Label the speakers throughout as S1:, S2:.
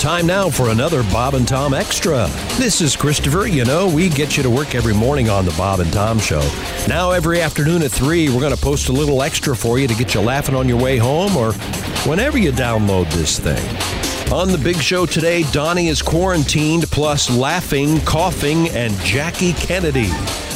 S1: Time now for another Bob and Tom Extra. This is Christopher. You know, we get you to work every morning on the Bob and Tom Show. Now, every afternoon at 3, we're going to post a little extra for you to get you laughing on your way home or whenever you download this thing. On the big show today, Donnie is quarantined, plus laughing, coughing, and Jackie Kennedy.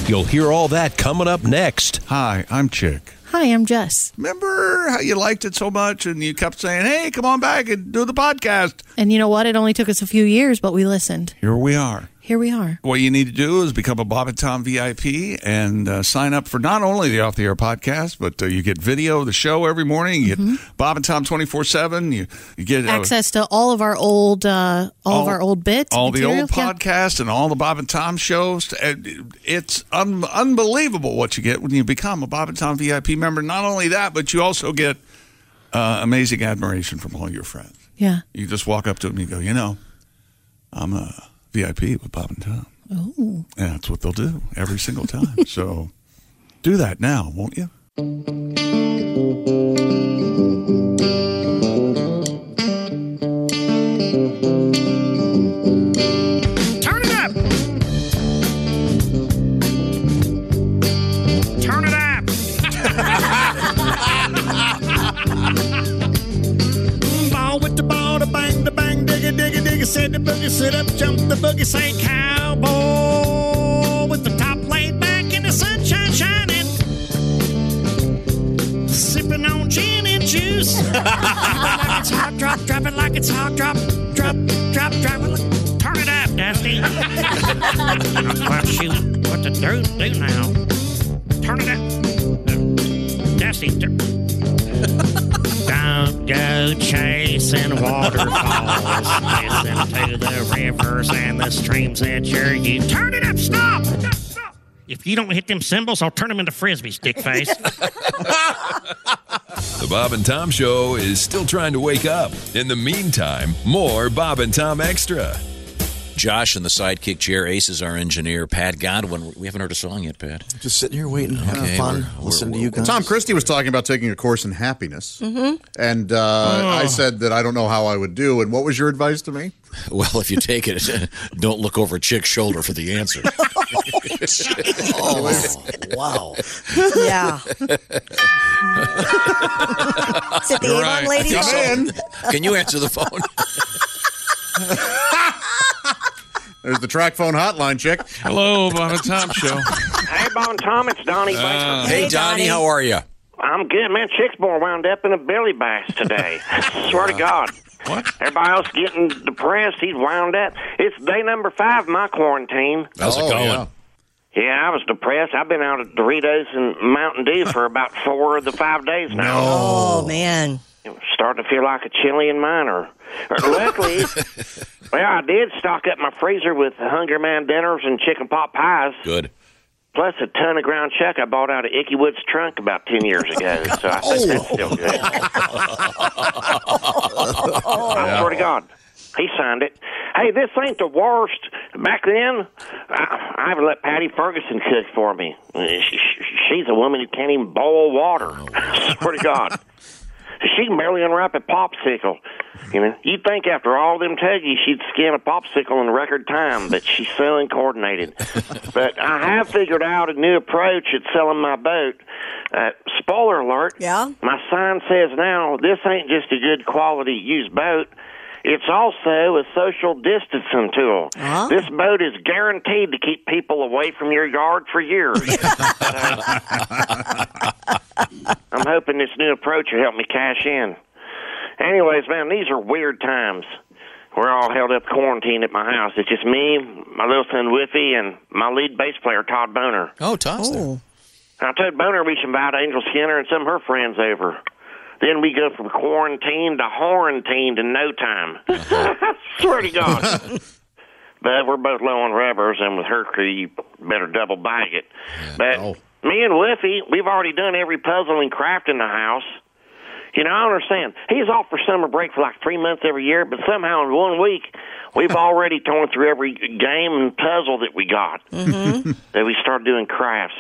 S1: You'll hear all that coming up next.
S2: Hi, I'm Chick.
S3: Hi, I'm Jess.
S2: Remember how you liked it so much and you kept saying, hey, come on back and do the podcast?
S3: And you know what? It only took us a few years, but we listened.
S2: Here we are.
S3: Here we are.
S2: What you need to do is become a Bob and Tom VIP and uh, sign up for not only the Off the Air podcast, but uh, you get video of the show every morning. You get Bob and Tom 24 7. You you get uh,
S3: Mm-hmm. Access to all of our old, uh, all, of our old bits,
S2: all the
S3: material.
S2: old
S3: Yeah.
S2: podcasts, and all the Bob and Tom shows. And It's un- unbelievable what you get when you become a Bob and Tom VIP member. Not only that, but you also get uh, amazing admiration from all your friends.
S3: Yeah.
S2: You just walk up to them and you go, you know, I'm a VIP with Bob and Tom.
S4: Oh.
S3: Ooh.
S2: And that's what they'll do every single time. so do that now, won't you?
S5: Turn it up. Turn it up. Ball with the ball, the bang, the bang, digga, digga, digga, said the boogie, sit up, jump the boogie, say cowboy with the top laid back in the sunshine shining, sipping on gin and juice. like it's hot, drop, drop it like it's hot, drop, drop, drop, drop it. like- Turn it up, Dusty. well, shoot, what to do, do now? Turn it up. Dusty, tur- don't go chasing waterfalls. Listen to the rivers and the streams that you're you. Turn it up, stop! Stop, stop. If you don't hit them cymbals, I'll turn them into frisbees, dickface.
S6: The Bob and Tom Show is still trying to wake up. In the meantime, more Bob and Tom Extra.
S7: Josh in the sidekick chair. Ace is our engineer. Pat Godwin. We haven't heard a song yet, Pat.
S8: Just sitting here waiting, having
S7: Okay,
S8: fun,
S7: we're- we're-
S8: listening to
S7: we're-
S8: you guys.
S9: Tom Christie was talking about taking a course in happiness,
S4: Mm-hmm.
S9: and uh,
S2: Oh.
S9: I said that I don't know how I would do. And what was your advice to me?
S7: Well, if you take it, don't look over Chick's shoulder for the answer.
S8: Oh, wow.
S4: Yeah. Is it the Avon
S2: right.
S4: lady?
S2: Come in.
S7: Can you answer the phone?
S9: There's the track phone hotline chick.
S2: Hello, Bob and Tom Show.
S10: Hey, Bon Tom, it's Donnie. Baker.
S7: hey, Donnie,
S4: Donnie.
S7: how are you?
S10: I'm good, man. Chick's boy wound up in a belly bass today. Swear to God.
S2: What?
S10: Everybody else getting depressed. He's wound up. It's day number five of my quarantine.
S7: How's it going?
S9: Oh, yeah.
S10: Yeah, I was depressed. I've been out of Doritos and Mountain Dew for about four of the five days now.
S4: Oh, man.
S10: Starting to feel like a Chilean miner. Uh, Luckily, well, I did stock up my freezer with Hunger Man dinners and chicken pot pies.
S7: Good.
S10: Plus a ton of ground chuck I bought out of Icky Wood's trunk about ten years ago. So I think that's still good. I swear to God. He signed it. Hey, this ain't the worst. Back then, I, I would let Patty Ferguson cook for me. She, she's a woman who can't even boil water. swear to God. She can barely unwrap a popsicle. You know, you'd think after all them tuggies, she'd skin a popsicle in record time, but she's so uncoordinated. but I have figured out a new approach at selling my boat. Uh, spoiler alert.
S4: Yeah?
S10: My sign says now this ain't just a good quality used boat. It's also a social distancing tool.
S4: Huh?
S10: This boat is guaranteed to keep people away from your yard for years. I'm hoping this new approach will help me cash in. Anyways, man, these are weird times. We're all held up quarantined at my house. It's just me, my little son Whiffy, and my lead bass player Todd Boner.
S7: Oh, Tom's there.
S10: I told Boner we should invite Angel Skinner and some of her friends over. Then we go from quarantine to quarantined in no time. Swear to God. but we're both low on rubbers, and with her crew, you better double bag it. but
S7: no.
S10: me and Whiffy, we've already done every puzzle and craft in the house. You know, I don't understand. He's off for summer break for like three months every year, but somehow in one week, we've already torn through every game and puzzle that we got.
S4: Mm-hmm.
S10: That we started doing crafts,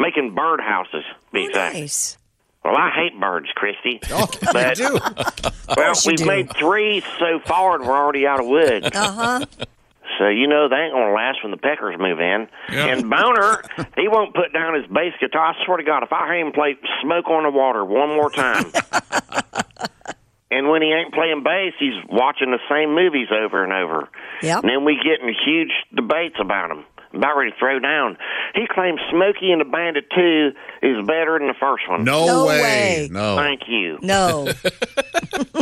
S10: making birdhouses, to be
S4: Oh,
S10: exact.
S4: nice.
S10: Well, I hate birds, Christy.
S9: Oh, you
S10: but,
S9: do.
S10: Well,
S4: course you
S10: we've
S4: do.
S10: made three so far, and we're already out of wood.
S4: Uh huh.
S10: So you know they ain't gonna last when the Peckers move in.
S2: Yeah.
S10: And Boner, he won't put down his bass guitar. I swear to God, if I hear him play "Smoke on the Water" one more time, and when he ain't playing bass, he's watching the same movies over and over.
S4: Yep.
S10: And then we get in huge debates about him. About ready to throw down. He claims Smokey and the Bandit Two is better than the first one.
S9: No,
S4: No
S9: way.
S4: way.
S8: Oh.
S9: No.
S10: Thank you.
S4: No.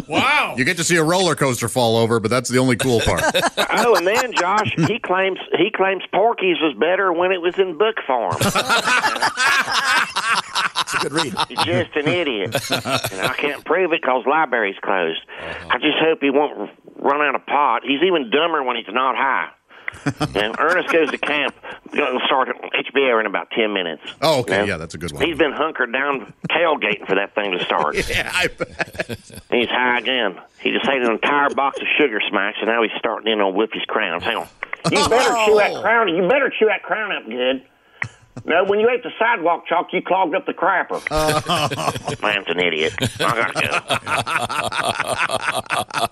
S2: Wow.
S9: You get to see a roller coaster fall over, but that's the only cool part.
S10: oh, and then Josh, he claims he claims Porky's was better when it was in book form.
S8: It's a good read.
S10: He's just an idiot. and I can't prove it because library's closed.
S8: Uh-huh.
S10: I just hope he won't r- run out of pot. He's even dumber when he's not high. and Ernest goes to camp. Going to start at HBR in about 10 minutes.
S9: Oh, okay.
S10: Yeah.
S9: Yeah, that's a good one.
S10: He's been hunkered down tailgating for that thing to start.
S9: yeah, I bet.
S10: And he's high again. He just ate an entire box of sugar smacks, and now he's starting in on Whippy's crown. Hang on. You better chew that crown. You better chew that crown up good. No, when you ate the sidewalk chalk, you clogged up the crapper. Man's an idiot. I gotta go.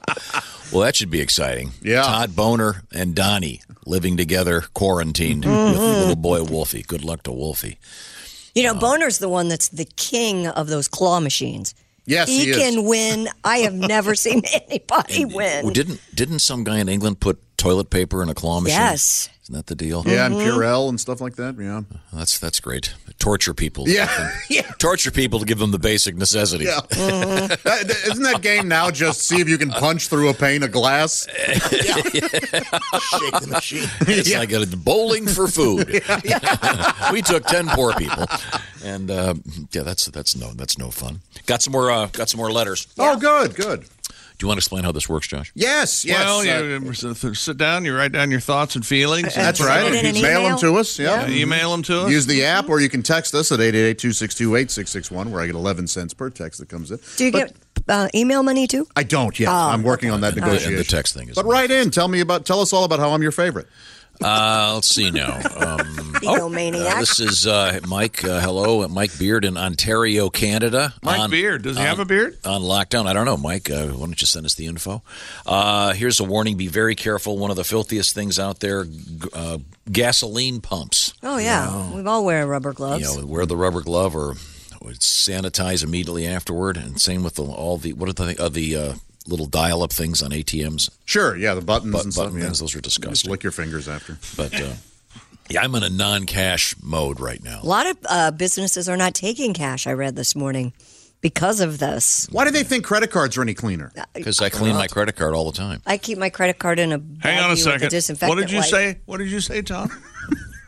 S7: Well, that should be exciting.
S9: Yeah.
S7: Todd Boner and Donnie living together, quarantined with little boy Wolfie. Good luck to Wolfie.
S4: You know, Boner's the one that's the king of those claw machines.
S9: Yes, he,
S4: he,
S9: is.
S4: can win. I have never seen anybody
S7: Well,
S4: win.
S7: didn't didn't some guy in England put toilet paper in a claw machine?
S4: Yes.
S7: Isn't that the deal?
S9: Yeah, and Purell and stuff like that. Yeah.
S7: That's that's great. Torture people.
S9: Yeah. yeah.
S7: Torture people to give them the basic necessities.
S9: Yeah.
S4: Mm-hmm.
S9: That- that- isn't that game now just see if you can punch through a pane of glass?
S8: Shake the machine.
S7: It's like a bowling for food. we took ten poor people, and uh, yeah, that's that's no that's no fun. Got some more uh, got some more letters.
S9: Oh, good, good.
S7: Do you want to explain how this works, Josh?
S9: Yes, yes.
S2: Well,
S9: uh,
S2: you you sit down. You write down your thoughts and feelings.
S9: that's
S2: and-
S9: right.
S4: Send it in an
S9: Mail them
S4: email.
S9: to us. Yeah.
S2: Email them to us.
S9: Use the app, or you can text us at 888 262 8661, where I get 11 cents per text that comes in.
S4: Do you
S9: But
S4: get uh, email money too?
S9: I don't
S4: Oh.
S9: yet. I'm working on that
S7: And Oh, the- and
S9: negotiation.
S7: the text thing is.
S9: But right in, tell me about, tell us all about how I'm your favorite.
S7: Uh, let's see now. Um,
S4: Egomaniac.
S7: uh,
S2: Oh,
S7: this is uh, Mike. Uh, hello, Mike Beard in Ontario, Canada.
S2: Mike
S7: on,
S2: Beard. Does he have a beard?
S7: on lockdown. I don't know, Mike. Uh, why don't you send us the info? Uh, here's a warning: be very careful. One of the filthiest things out there: g- uh, gasoline pumps.
S4: oh yeah, we've all wear rubber gloves.
S7: You know, wear the rubber glove or or sanitize immediately afterward. And same with the, all the what are the uh, the uh, little dial-up things on ATMs,
S9: Sure. Yeah. The buttons
S7: button,
S9: and stuff.
S7: button
S9: yeah.
S7: things. Those are
S9: Just
S7: disgusting.
S9: lick your fingers after.
S7: But uh, yeah, I'm in a non-cash mode right now.
S4: a lot of uh, businesses are not taking cash. I read this morning because of this.
S9: Why do they think credit cards are any cleaner?
S7: Because I clean my credit card all the time.
S4: I keep my credit card in a
S2: Hang on
S4: baggie
S2: a
S4: with
S2: second.
S4: disinfectant
S2: What did you
S4: wipe.
S2: say? What did you say, Tom?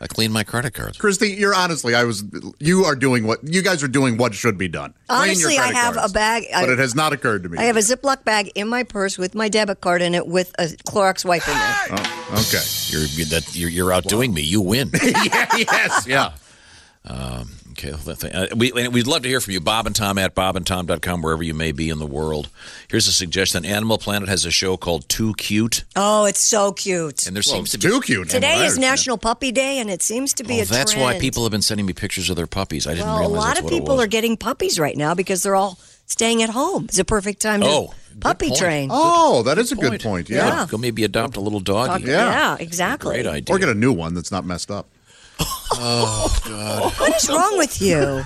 S7: I clean my credit cards.
S9: Christy, you're honestly, I was, you are doing what, you guys are doing what should be done. Clean your
S4: Honestly, I
S9: credit
S4: have
S9: cards.
S4: a bag. I,
S9: But it has not occurred to me.
S4: I have a Ziploc bag in my purse with my debit card in it with a Clorox wipe in it.
S9: Okay.
S7: You're you're- that you're, you're outdoing me. You win.
S9: yes. Yeah.
S7: Okay, well, that thing- uh, we, and we'd love to hear from you, Bob and Tom at bobandtom.com, wherever you may be in the world. Here's a suggestion Animal Planet has a show called Too Cute,
S4: Oh, it's so cute.
S7: and there seems to be.
S9: Too cute.
S4: Today is
S9: Right.
S4: National Puppy Day, and it seems to be
S7: Well,
S4: a
S7: Oh, that's why
S4: trend.
S7: people have been sending me pictures of their puppies. I didn't
S4: Well, a
S7: realize
S4: lot
S7: that's
S4: of
S7: what it
S4: people
S7: was.
S4: are getting puppies right now because they're all staying at home. It's a perfect time to
S7: Oh, good
S4: puppy
S7: point.
S4: train.
S9: Oh, that is a good point. Yeah.
S7: Go maybe adopt a little doggy.
S9: yeah.
S4: exactly.
S7: Great idea.
S9: Or get a new one that's not messed up.
S4: What is wrong with you?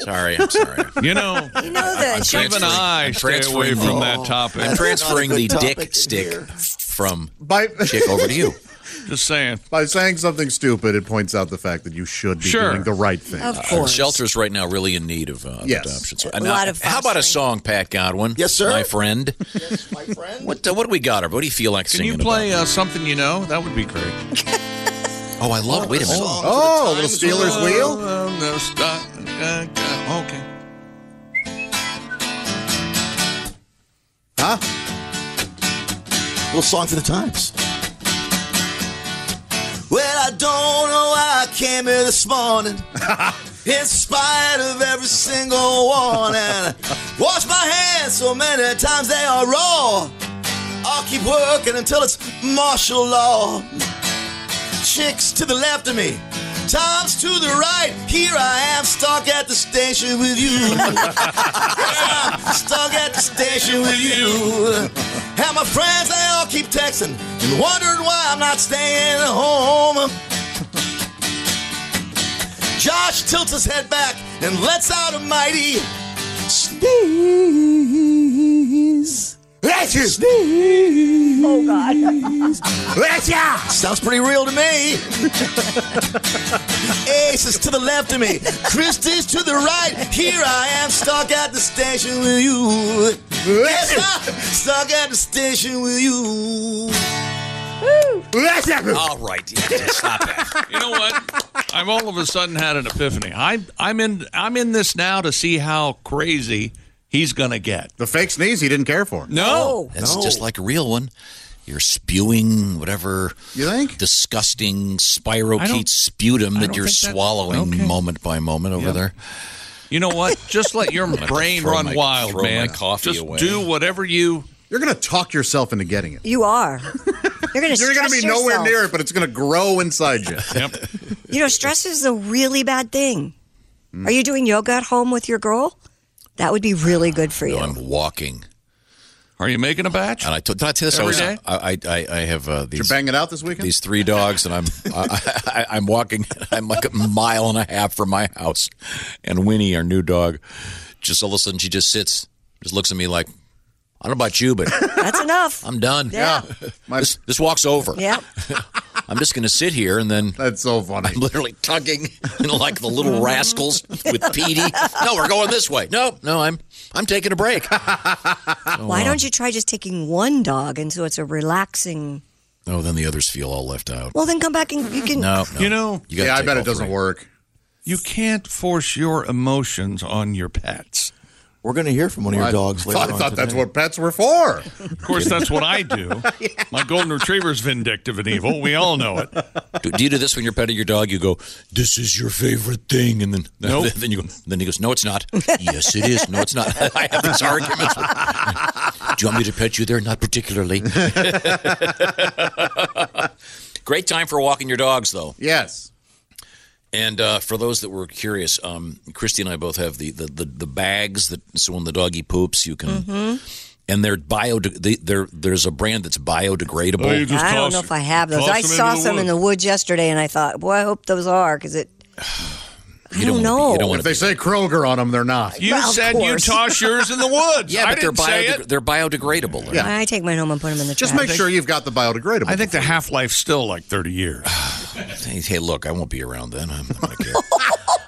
S7: Sorry, I'm sorry.
S2: You know,
S4: You know the show-
S2: even I stay away
S7: transferring
S2: from
S7: the-
S2: that topic.
S7: I'm transferring the
S8: topic
S7: dick
S8: to
S7: stick
S8: hear.
S7: from
S9: By
S7: Chick over to you.
S2: Just saying.
S9: by saying something stupid, it points out the fact that you should be
S2: Sure.
S9: doing the right thing.
S4: Of
S7: Our
S4: course.
S7: shelters right now really in need of, uh, of
S9: Yes.
S7: adoptions.
S4: A
S7: Now,
S4: lot of
S7: how about a
S4: fostering.
S7: song, Pat Godwin?
S8: Yes, sir.
S7: My friend.
S8: Yes, my friend.
S7: What uh, what do we got? Or what do you feel like
S2: Can
S7: singing
S2: you play
S7: about?
S2: uh, something you know? That would be great.
S7: oh, I love. Wait a minute.
S8: Song for the
S9: Oh, a little
S8: times
S9: Steelers
S8: were-
S9: wheel.
S2: Um, no, stop. Uh, uh, Okay.
S9: Huh?
S8: Little song for the times. Well, I don't know why I came here this morning. In spite of every single warning, wash my hands so many times they are raw. I'll keep working until it's martial law. Chicks to the left of me, times to the right. Here I am, stuck at the station with you. I'm stuck at the station with you. And my friends, they all keep texting and wondering why I'm not staying at home. Josh tilts his head back and lets out a mighty sneeze. That's your sneeze. Oh God. That's ya. Sounds pretty real to me. Ace is to the left of me. Christy's to the right. Here I am, stuck at the station with you. Yes, I'm stuck at the station with you.
S7: All right, you have to stop that. You know what?
S2: I've all of a sudden had an epiphany. I'm I'm in I'm in this now to see how crazy he's gonna get.
S9: The fake sneeze he didn't care for.
S2: No,
S7: That's just like a real one. You're spewing whatever
S9: You think?
S7: disgusting spirochete sputum
S2: I
S7: that
S2: don't
S7: you're
S2: think that-
S7: swallowing
S2: okay.
S7: moment by moment over there.
S2: you know what? Just let your brain
S7: throw
S2: run
S7: my-
S2: wild,
S7: throw my
S2: man.
S7: coffee
S2: just
S7: away.
S2: do whatever you.
S9: You're going to talk yourself into getting it.
S4: You are. You're going to
S9: You're going to be nowhere near it, but it's going to grow inside you.
S2: Yep.
S4: You know, stress is a really bad thing. Are you doing yoga at home with your girl? That would be really good for you.
S7: I'm walking,
S2: Are you making a batch?
S7: and I told- did I tell you this? I
S2: Every
S7: was-
S2: day?
S7: I, I, I, I have uh,
S9: You're
S7: these
S9: banging out this weekend?
S7: these three dogs, and I'm I, I, I'm walking. I'm like a mile and a half from my house, and Winnie, our new dog, just all of a sudden she just sits, just looks at me like, I don't know about you, but
S4: That's enough.
S7: I'm done.
S4: yeah.
S9: My-
S7: This, this walks over.
S4: Yeah.
S7: I'm just going to sit here, and then
S9: that's so funny.
S7: I'm literally tugging you know, like the little rascals with Petey. No, we're going this way. No, no, I'm I'm taking a break.
S4: Why don't you try just taking one dog and so it's a relaxing?
S7: Oh, then the others feel all left out.
S4: Well, then come back and you can.
S7: No, no.
S2: You know,
S7: You gotta
S9: Yeah, I
S7: take
S9: bet
S7: all
S9: it doesn't
S7: three.
S9: work.
S2: you can't force your emotions on your pets.
S11: We're going to hear from one of your dogs
S9: I
S11: later
S9: thought, I
S11: on
S9: thought that's
S11: today.
S9: what pets were for.
S2: Of course, that's what I do. My golden retriever's vindictive and evil. We all know it.
S7: Do, do you do this when you're petting your dog? You go, "This is your favorite thing," and then
S2: Nope.
S7: then you go, then he goes, "No, it's not." yes, it is. No, it's not. I have these arguments. do you want me to pet you there? Not particularly. Great time for walking your dogs, though.
S9: Yes.
S7: And uh, for those that were curious, um, Christy and I both have the, the, the, the bags that so when the doggy poops, you can.
S4: Mm-hmm.
S7: And they're bio. They, they're, there's a brand that's biodegradable.
S2: Oh, you just
S4: I don't
S2: toss-
S4: know if I have those.
S2: toss
S4: I
S2: them
S4: saw
S2: into the
S4: some in
S2: woods.
S4: the woods yesterday, and I thought, boy, I hope those are because it. I
S7: You
S4: don't,
S7: wanna be-
S4: know.
S7: you don't want
S9: If they say Kroger on them, they're not.
S2: You
S4: Well, of
S2: said you
S4: course.
S2: toss yours in the woods.
S7: Yeah,
S2: I
S7: but they're
S2: didn't say it.
S7: biodeg- they're biodegradable.
S9: Yeah.
S4: I take mine home and put them in the
S9: Just
S4: trash.
S9: make sure you've got the biodegradable.
S2: I think the half life's still like 30 years.
S7: Hey, hey, look, I won't be around then. I'm not gonna care.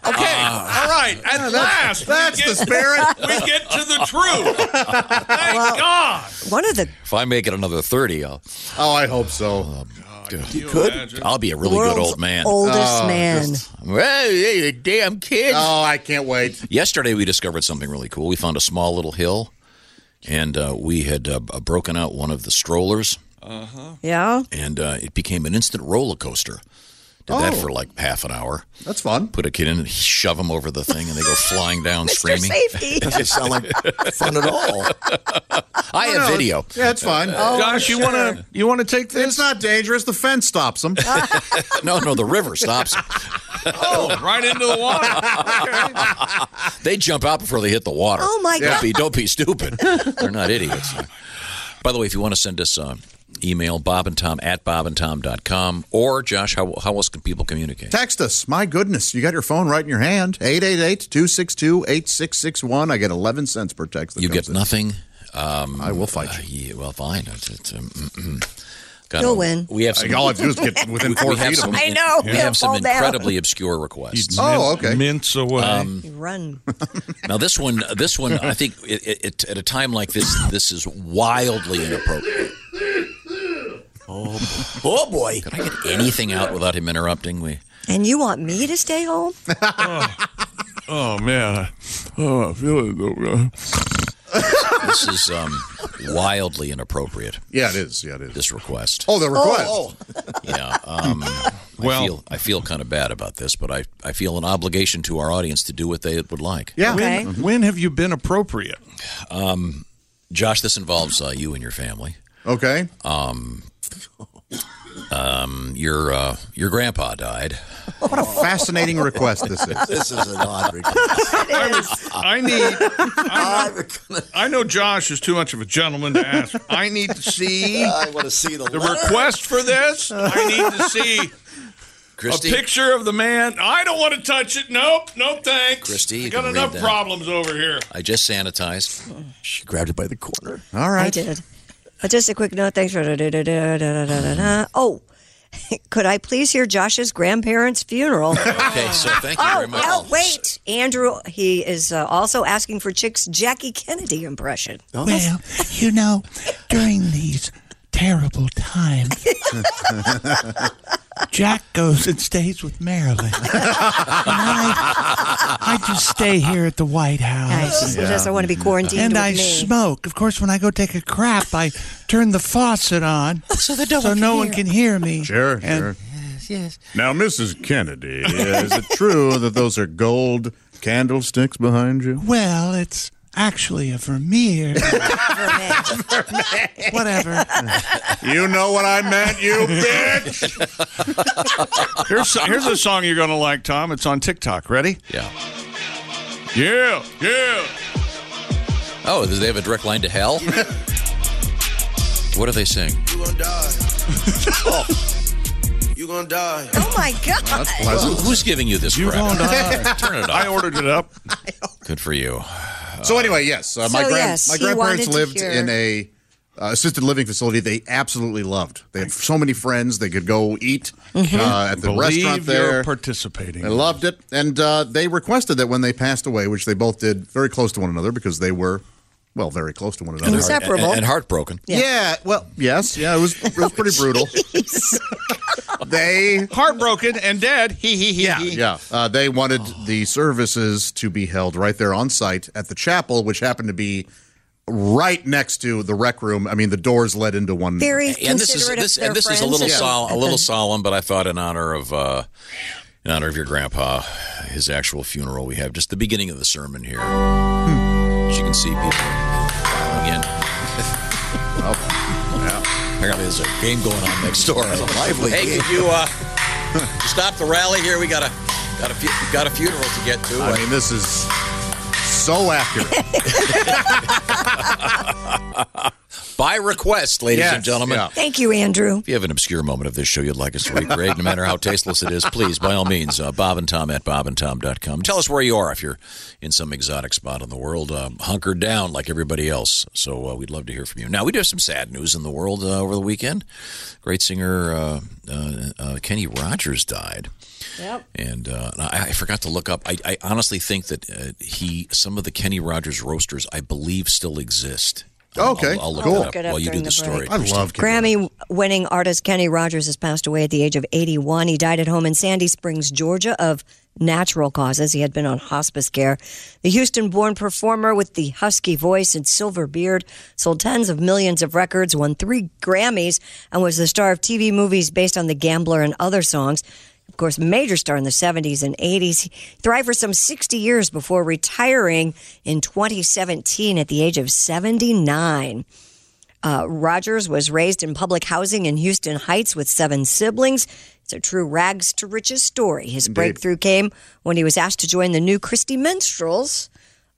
S2: Okay, all right. At Ah. last,
S9: that's
S2: we
S9: the
S2: get,
S9: spirit.
S2: we get to the truth. Thank God.
S4: One of the
S7: if I make it another thirty, I'll
S9: Oh, I hope so.
S7: I'll be a really
S4: world's
S7: good old man.
S4: oldest
S9: Ah,
S4: man.
S7: Well, yeah, you damn kid.
S9: Oh, I can't wait.
S7: Yesterday, we discovered something really cool. We found a small little hill, and uh, we had uh, b- broken out one of the strollers,
S4: Yeah.
S7: and uh, it became an instant roller coaster. Did that for like half an hour.
S9: That's fun.
S7: Put a kid in and shove them over the thing, and they go flying down
S4: Mr.
S7: screaming.
S4: Safety.
S11: Doesn't sound like fun at all.
S7: I
S9: No,
S7: have
S9: it's-
S7: video.
S9: Yeah, it's fine.
S2: Uh, Josh, you want to you want to take this?
S9: It's not dangerous. The fence stops them.
S7: No, no, the river stops.
S2: Oh, right into the water. Okay.
S7: They jump out before they hit the water.
S4: Oh, my
S7: Don't
S4: God.
S7: be, don't be stupid. They're not idiots. By the way, if you want to send us um, email, Bob and Tom at bobandtom.com, or Josh, how, how else can people communicate?
S9: Text us. My goodness. You got your phone right in your hand. 888 262 8661. I get 11 cents per text. that
S7: You
S9: comes
S7: get
S9: in.
S7: nothing. Um,
S9: I will fight you.
S7: uh, yeah, well, fine. It's, it's, um, God,
S4: You'll win.
S7: We have
S9: Like,
S7: some.
S9: all I Uh, have to do is get within four
S7: we have
S9: feet of
S7: some,
S9: them.
S4: I know.
S7: We
S4: We'll
S7: have some
S4: fall down.
S7: incredibly obscure requests.
S9: Oh, okay.
S2: Mince away.
S4: You run.
S7: Now this one, this one, I think it, it, it, at a time like this, this is wildly inappropriate.
S11: Oh, boy.
S7: Could I get anything out without him interrupting? We
S4: And you want me to stay home?
S2: oh man. Oh, I feel it though. bro.
S7: this is um, wildly inappropriate.
S9: Yeah, it is. Yeah, it is.
S7: This request.
S9: Oh, the request.
S7: Yeah. Um,
S2: Well-
S7: I feel, I feel kind of bad about this, but I, I feel an obligation to our audience to do what they would like.
S9: Yeah.
S4: Okay.
S2: When have you been appropriate?
S7: Josh, this involves uh, you and your family. Oh.
S9: Okay.
S7: Your uh, your grandpa died.
S9: What a fascinating request this is.
S11: This is an odd
S1: I need. I know, I know Josh is too much of a gentleman to ask. I need to see.
S11: I want to see the,
S1: the
S11: letter.
S1: request for this. I need to see.
S11: Christie?
S1: A picture of the man. I don't want to touch it. Nope. No thanks.
S7: Christie, you
S1: I got
S7: can read
S1: enough
S7: that.
S1: problems over here.
S7: I just sanitized.
S11: She grabbed it by the corner.
S9: All
S10: I did. But just a quick note. Thanks for. da-da-da-da-da-da-da-da. Oh, could I please hear Josh's grandparents' funeral?
S7: Okay, so thank you
S10: oh,
S7: very much.
S10: oh, wait. Andrew, he is uh, also asking for Chick's Jackie Kennedy impression.
S2: Well, you know, during these terrible times, Jack goes and stays with Marilyn. I just stay here at the White House.
S10: Nice. He doesn't want to be quarantined
S2: And
S10: with
S2: I
S10: me.
S2: smoke. Of course, when I go take a crap, I turn the faucet on so, no one can hear me.
S9: Sure,
S2: And-
S9: sure.
S2: Yes, yes.
S9: Now, Mrs. Kennedy, is it true that those are gold candlesticks behind you?
S2: Well, it's actually a Vermeer. Whatever.
S9: You know what I meant, you bitch.
S1: Here's here's a song you're gonna like, Tom. It's on TikTok. Ready?
S7: Yeah.
S1: Yeah. Yeah.
S7: Oh, do they have a direct line to hell? what are they saying?
S11: You gonna die. You gonna die.
S10: Oh, my God.
S7: Who- Who's giving you this crap? Turn it off.
S1: I ordered it up.
S7: Good for you.
S9: So anyway, yes, uh, my
S10: So,
S9: grand,
S10: yes,
S9: my
S10: he
S9: grandparents
S10: wanted to
S9: lived
S10: hear-
S9: in a uh, assisted living facility they absolutely loved. They had so many friends they could go eat
S10: Mm-hmm.
S9: uh, at the
S1: Believe
S9: restaurant there.
S1: You're participating.
S9: They loved it, and uh, they requested that when they passed away, which they both did very close to one another because they were, well, very close to one another.
S10: Inseparable.
S7: And, and heartbroken.
S9: Yeah. well, yes, yeah, it was it was pretty brutal. they
S1: Heartbroken and dead. He he he.
S9: yeah,
S1: he.
S9: yeah. Uh, they wanted the services to be held right there on site at the chapel, which happened to be right next to the rec room. I mean, the doors led into one.
S10: Very
S7: And this is
S10: considerate
S7: this
S10: of their
S7: and this
S10: friends.
S7: is a little
S10: and-
S7: sol- a little solemn, but I thought in honor of uh, in honor of your grandpa, his actual funeral, we have just the beginning of the sermon here. As you can see, people again. Apparently, there's a game going on next door.
S11: It's a lively
S7: hey,
S11: game.
S7: could you uh, stop the rally here? We got a got a fu- got a funeral to get to.
S9: I mean, this is so accurate.
S7: By request, ladies
S9: Yes,
S7: and gentlemen.
S9: yeah.
S10: Thank you, Andrew.
S7: If you have an obscure moment of this show you'd like us to recreate, no matter how tasteless it is, please, by all means, uh, Bob and Tom at bobandtom.com. Tell us where you are if you're in some exotic spot in the world. Um, hunker down like everybody else. So uh, we'd love to hear from you. Now, we do have some sad news in the world uh, over the weekend. Great singer uh, uh, uh, Kenny Rogers died.
S10: Yep.
S7: And uh, and I, I forgot to look up. I, I honestly think that uh, he, some of the Kenny Rogers roasters, I believe, still exist. I'll-
S9: Okay,
S7: I'll, I'll look
S9: cool.
S7: that
S9: Look
S10: it
S7: up
S10: up
S7: while you do
S10: during
S7: the,
S10: the
S7: story.
S10: break.
S9: I love Kenny.
S10: Grammy winning artist Kenny Rogers has passed away at the age of 81. He died at home in Sandy Springs, Georgia, of natural causes. He had been on hospice care. The Houston born performer with the husky voice and silver beard sold tens of millions of records, won three Grammys, and was the star of TV movies based on The Gambler and other songs. Of course, major star in the 70s and 80s. He thrived for some 60 years before retiring in 2017 at the age of 79. Uh, Rogers was raised in public housing in Houston Heights with seven siblings. It's a true rags to riches story. His breakthrough came when he was asked to join the new Christy Minstrels,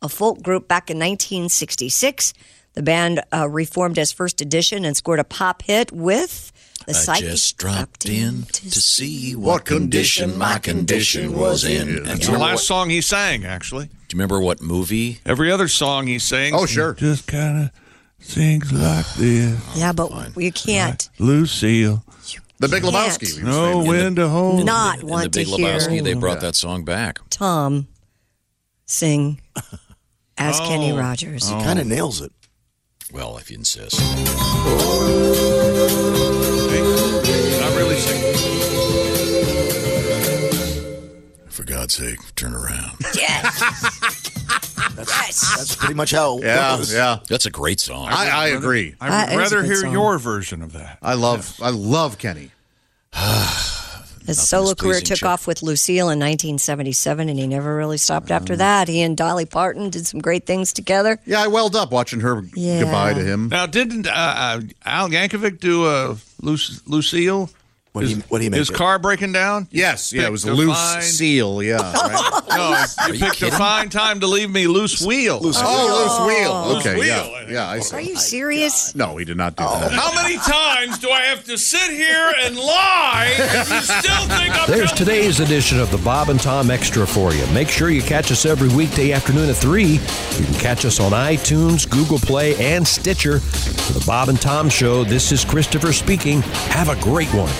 S10: a folk group back in 1966. The band uh, reformed as first edition and scored a pop hit with the
S7: I
S10: Psyche.
S7: just dropped in to see what,
S9: What
S7: condition my condition was in.
S9: Yeah.
S7: And
S1: It's the
S7: do, you remember
S1: last
S7: what,
S1: song he sang, actually.
S7: do you remember what movie?
S1: Every other song he sang.
S9: Oh, sure.
S2: Just kind of sings like this.
S10: Yeah, but you can't
S2: Lucille.
S9: The Big
S10: Can't.
S9: Lebowski. we were
S2: No
S9: saying.
S2: wind to hold.
S10: not
S7: In
S10: want
S7: the Big
S10: to
S7: Lebowski,
S10: hear
S7: they brought that song back.
S10: Tom sing as
S7: Oh.
S10: Kenny Rogers.
S11: He kind of nails it.
S7: Well, if you insist.
S1: Not really singing.
S7: For God's sake, turn around.
S10: Yes. yes.
S11: That's pretty much how it
S9: Yeah,
S11: was.
S9: yeah.
S7: That's a great song.
S9: I, I agree.
S1: I
S10: That is a
S1: would rather
S10: good
S1: hear
S10: song.
S1: your version of that.
S9: I love I love Kenny.
S10: His solo career
S7: pleasing,
S10: took
S7: Chip.
S10: off with Lucille in 1977, and he never really stopped after that. He and Dolly Parton did some great things together.
S9: Yeah, I welled up watching her
S10: Yeah.
S9: goodbye to him.
S1: Now, didn't uh, uh, Al Yankovic do a Luc- Lucille?
S11: What do you, what do you make?
S2: uh, His
S11: it?
S2: car breaking down?
S9: Yes, yeah, it was
S2: Picked a
S9: loose
S2: fine-
S9: seal, yeah. right?
S2: No,
S9: Are
S2: you
S9: you
S2: picked a
S9: kidding?
S2: fine time to leave me loose wheel.
S9: Loose Oh,
S2: Oh.
S9: loose wheel. Okay,
S2: Loose wheel,
S9: yeah, yeah, I see.
S4: Are you Oh. serious?
S9: No, he did not do that.
S2: How many times do I have to sit here and lie and you still think I'm
S1: There's today's edition of the Bob and Tom Extra for you. Make sure you catch us every weekday afternoon at 3. You can catch us on iTunes, Google Play, and Stitcher. For the Bob and Tom Show, this is Christopher speaking. Have a great one.